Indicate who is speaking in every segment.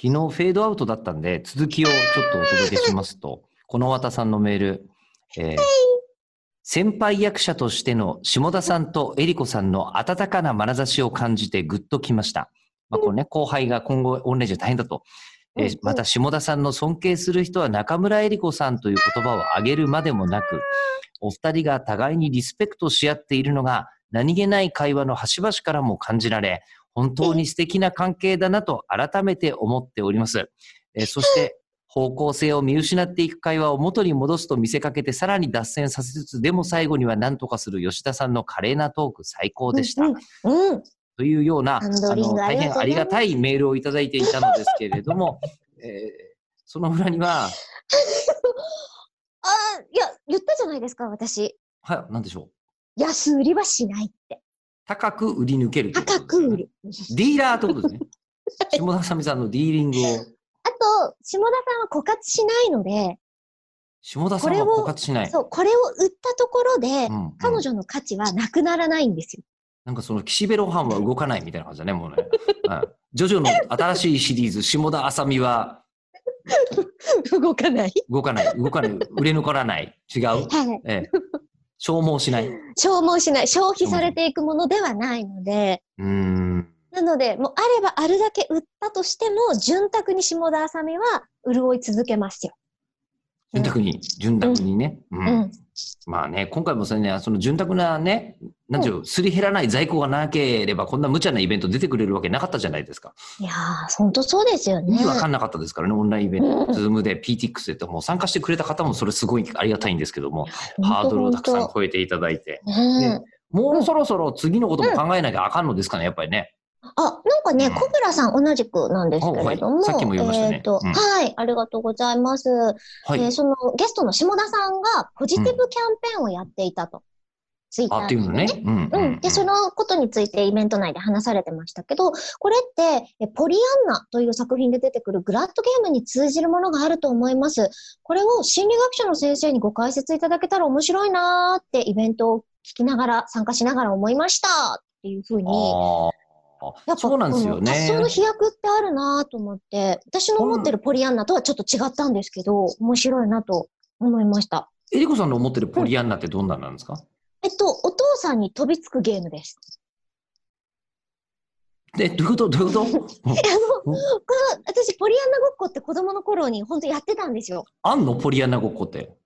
Speaker 1: 昨日フェードアウトだったんで、続きをちょっとお届けしますと、この綿さんのメール、えー先輩役者としての下田さんとえりこさんの温かな眼差しを感じてぐっときました。まあ、これね、後輩が今後オンラインじゃ大変だと。えー
Speaker 2: うんうん
Speaker 1: また下田さんの尊敬する人は中村えり子さんという言葉を挙げるまでもなく、お二人が互いにリスペクトし合っているのが何気ない会話の端々からも感じられ、本当に素敵な関係だなと改めて思っております。えーそして、方向性を見失っていく会話を元に戻すと見せかけてさらに脱線させつつ、でも最後には何とかする吉田さんの華麗なトーク最高でした。
Speaker 2: うんうん。うん
Speaker 1: というような、あ
Speaker 2: ハンドリング
Speaker 1: の、大変あ
Speaker 2: あ
Speaker 1: り
Speaker 2: り
Speaker 1: が
Speaker 2: が
Speaker 1: たいメールをいただいていたのですけれど も、えーその裏には、
Speaker 2: あーいや、言ったじゃないですか、私。
Speaker 1: はい、なんでしょう。
Speaker 2: 安売りはしないって。
Speaker 1: 高く売り抜けるということ
Speaker 2: 高
Speaker 1: ですね
Speaker 2: く売り。
Speaker 1: ディーラーってことですね。下田さみさんのディーリングを、
Speaker 2: あと、下田さんは枯渇しないので、
Speaker 1: 下田さんは枯渇しない。
Speaker 2: そう、これを売ったところで、
Speaker 1: うんうん
Speaker 2: 彼女の価値はなくならないんですよ。
Speaker 1: なんかその岸辺露伴は動かないみたいな感じだね、もうね。うんジョジョの新しいシリーズ、下田あさみは
Speaker 2: 動かない。
Speaker 1: 動かない、動かない、売れ残らない、違う、
Speaker 2: はい。
Speaker 1: ええ、消耗しない。う
Speaker 2: 消耗しない。消費されていくものではないので、
Speaker 1: ーん、
Speaker 2: なので、もうあればあるだけ売ったとしても、潤沢に下田あさみは潤い続けますよ。
Speaker 1: 潤沢に、潤沢にね。う
Speaker 2: うんん。
Speaker 1: まあね、今回もそれね、その潤沢なね、なんていうの、すり減らない在庫がなければ、こんな無茶なイベント出てくれるわけなかったじゃないですか。
Speaker 2: いやー、ほんとそうですよ
Speaker 1: 意
Speaker 2: ね。
Speaker 1: 味わかんなかったですからね、オンラインイベント。
Speaker 2: うん
Speaker 1: ズームで PTX でともう参加してくれた方もそれすごいありがたいんですけども、
Speaker 2: ほんと
Speaker 1: ハードルをたくさ
Speaker 2: ほ
Speaker 1: ん超えていただいて、
Speaker 2: んとね
Speaker 1: ねもうそろそろ次のことも考えなきゃあかんのですかね、やっぱりね。
Speaker 2: あ、なんかね、
Speaker 1: うん
Speaker 2: 小倉さん同じくなんですけれど
Speaker 1: あは
Speaker 2: も、
Speaker 1: いさっきも言いましたね
Speaker 2: えーと、
Speaker 1: うん
Speaker 2: はい、ありがとうございます。
Speaker 1: はい
Speaker 2: えー。そのゲストの下田さんがポジティブキャンペーンをやっていたと。ツイッタ
Speaker 1: あ、
Speaker 2: ー
Speaker 1: っていうのね。うん。う
Speaker 2: う。
Speaker 1: んん
Speaker 2: で、そのことについてイベント内で話されてましたけど、これって、えポリアンナという作品で出てくるグラッドゲームに通じるものがあると思います。これを心理学者の先生にご解説いただけたら面白いなーってイベントを聞きながら、参加しながら思いましたっていうふうに、
Speaker 1: ああ。
Speaker 2: やっぱ
Speaker 1: そうなんですよ
Speaker 2: この発想
Speaker 1: ね
Speaker 2: の。飛躍ってあるなと思って、私の思ってるポリアンナとはちょっと違ったんですけど、面白いなと思いました。
Speaker 1: えりこさんの思ってるポリアンナってどんなんなんですか
Speaker 2: えっと、お父さんに飛びつくゲームです。
Speaker 1: え、どういうことどういうこと
Speaker 2: あの、この、私、ポリアンナごっこって子供の頃に本当やってたんですよ。
Speaker 1: あんのポリアンナごっこって。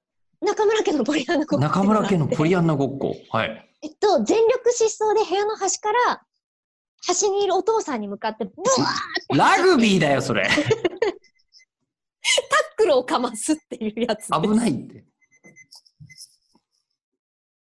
Speaker 2: 中村家のポリアンナごっこ。
Speaker 1: 中村家のポ
Speaker 2: アン
Speaker 1: リアンナごっこ。はい。
Speaker 2: えっと、全力疾走で部屋の端から、端にいるお父さんに向かって、ブワーッ
Speaker 1: ラグビーだよ、それ。
Speaker 2: クルをかますっていうやつ。
Speaker 1: 危ないって。